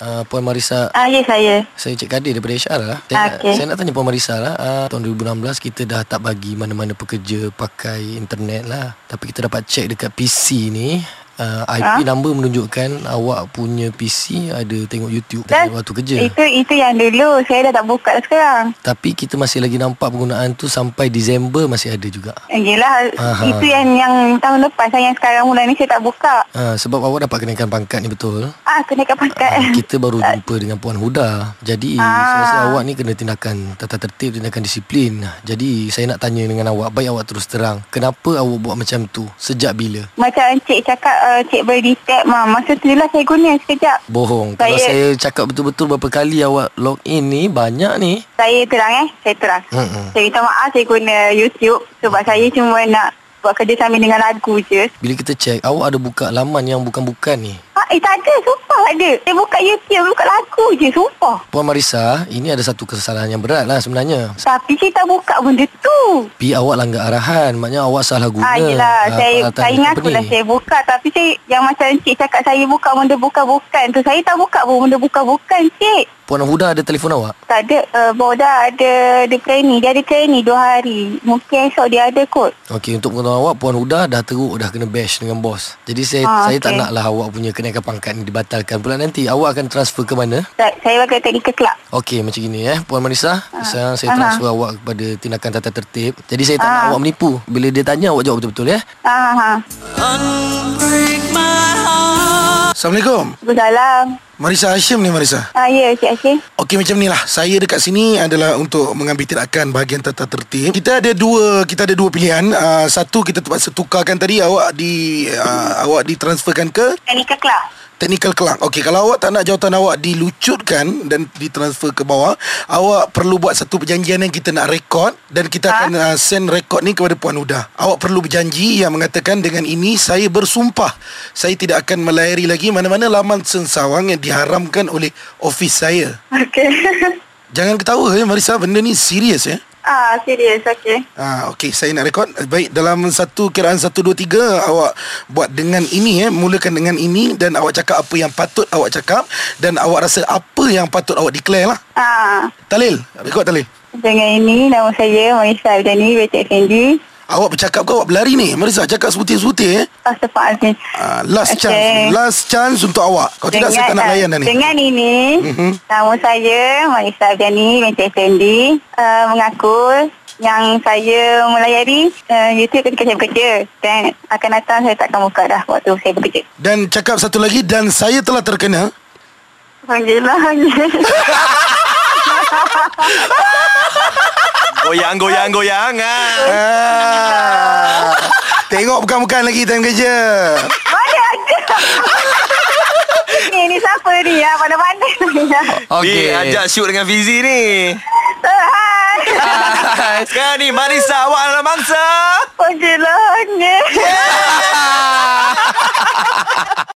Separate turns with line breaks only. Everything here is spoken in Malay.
uh, Puan Marisa
Ah, ya saya.
Saya Cik Kadir daripada HR lah saya,
Okey.
saya nak tanya Puan Marisa lah uh, Tahun 2016 kita dah tak bagi mana-mana pekerja pakai internet lah Tapi kita dapat check dekat PC ni uh,
Ah.
IP number menunjukkan awak punya PC ada tengok YouTube
Dan
waktu kerja
Itu itu yang dulu. Saya dah tak buka dah sekarang.
Tapi kita masih lagi nampak penggunaan tu sampai Disember masih ada juga
Yelah,
Aha.
itu yang yang tahun lepas. Yang sekarang bulan ni saya tak buka.
uh, Sebab awak dapat kenaikan pangkat ni betul
Ah, kenaikan pangkat.
Ah, kita baru jumpa dengan Puan Huda. Jadi
Ah.
saya rasa awak ni kena tindakan tata tertib, tindakan disiplin. Jadi saya nak tanya dengan awak, baik awak terus terang. Kenapa awak buat macam tu? Sejak bila?
Macam Encik cakap, uh, Cik boleh detect, Ma. Masa tu lah saya guna sekejap.
Bohong. Kalau saya
Saya-
cakap betul-betul berapa kali awak log in ni, banyak ni.
Saya terang eh, saya terang.
Mm-mm.
Saya minta maaf saya guna YouTube sebab saya cuma nak buat kerja sambil dengan lagu je.
Bila kita check, awak ada buka laman yang bukan-bukan ni.
Ah, eh tak ada, sumpah tak ada. Saya buka YouTube, buka lagu je, sumpah.
Puan Marisa, ini ada satu kesalahan yang berat lah sebenarnya.
Tapi saya tak buka benda tu.
Tapi awak langgar arahan. Maknanya awak salah guna.
Ah, yelah,
ah,
saya,
peralatan
saya
company.
ngakulah saya buka Tapi saya, yang macam Encik cakap saya buka benda bukan-bukan tu Saya tak buka pun benda bukan-bukan, Cik
Puan Huda ada telefon awak?
Tak ada, uh, Boda ada, ada training Dia ada training dua hari Mungkin esok dia ada kot
Okey untuk pengetahuan awak Puan Huda dah teruk dah kena bash dengan bos. Jadi saya
Ah,
saya tak
okey.
naklah awak punya kenaikan pangkat ni dibatalkan pula nanti. Awak akan transfer ke mana?
Sa- Saya pakai technical club
Okey macam gini eh Puan Marisa Sekarang saya
Ah. Aha.
transfer awak kepada tindakan tata tertib Jadi saya tak nak
Ah.
awak menipu Bila dia tanya awak jawab betul-betul ya
Ah, ah.
Assalamualaikum
Assalamualaikum
Marisa Hashim ni Marisa
Ah, ya, Cik Asyik
Okey macam ni lah Saya dekat sini adalah untuk mengambil tindakan bahagian tata tertib Kita ada dua Kita ada dua pilihan uh, Satu kita terpaksa tukarkan tadi Awak di uh, Awak ditransferkan ke
Technical club
Technical clerk Okey kalau awak tak nak jawatan awak dilucutkan Dan ditransfer ke bawah Awak perlu buat satu perjanjian yang kita nak rekod Dan kita akan uh, send rekod ni kepada Puan Uda Awak perlu berjanji yang mengatakan Dengan ini saya bersumpah Saya tidak akan melayari lagi Mana-mana laman sensawang yang diharamkan oleh office saya
Okay
Jangan ketawa ya Marisa Benda ni serius ya
Ah, serius, okay
Ah, okey, saya nak rekod. Baik, dalam satu kiraan satu dua tiga awak buat dengan ini eh, mulakan dengan ini dan awak cakap apa yang patut awak cakap dan awak rasa apa yang patut awak declare lah.
Ah,
Talil, rekod Talil.
dengan ini nama saya Marisa Abdani, Betik Fendi
Awak bercakap ke awak berlari ni? Marisa cakap sebutir-sebutir eh.
Astaghfirullahaladzim
Ah, last
Okey.
okay. chance, last chance untuk awak. Kalau Oh, tidak saya tak nak layan dah ni. Mhm.
Dengan ini, mm-hmm. nama saya Marisa Abdiani binti Effendi uh, mengaku yang saya melayari uh, YouTube ketika saya bekerja dan akan datang saya takkan buka dah waktu saya bekerja.
Dan cakap satu lagi dan saya telah terkena
Alhamdulillah.
Goyang, goyang, goyang. Ah.
Ah. Tengok bukan-bukan lagi time kerja.
Mana ada? ni, ni siapa ni? Ha? Mana-mana ni? Ha?
Okey. ajak shoot dengan Fizi ni.
Eh, Hai.
Sekarang ni Marisa awak adalah mangsa.
Alhamdulillah.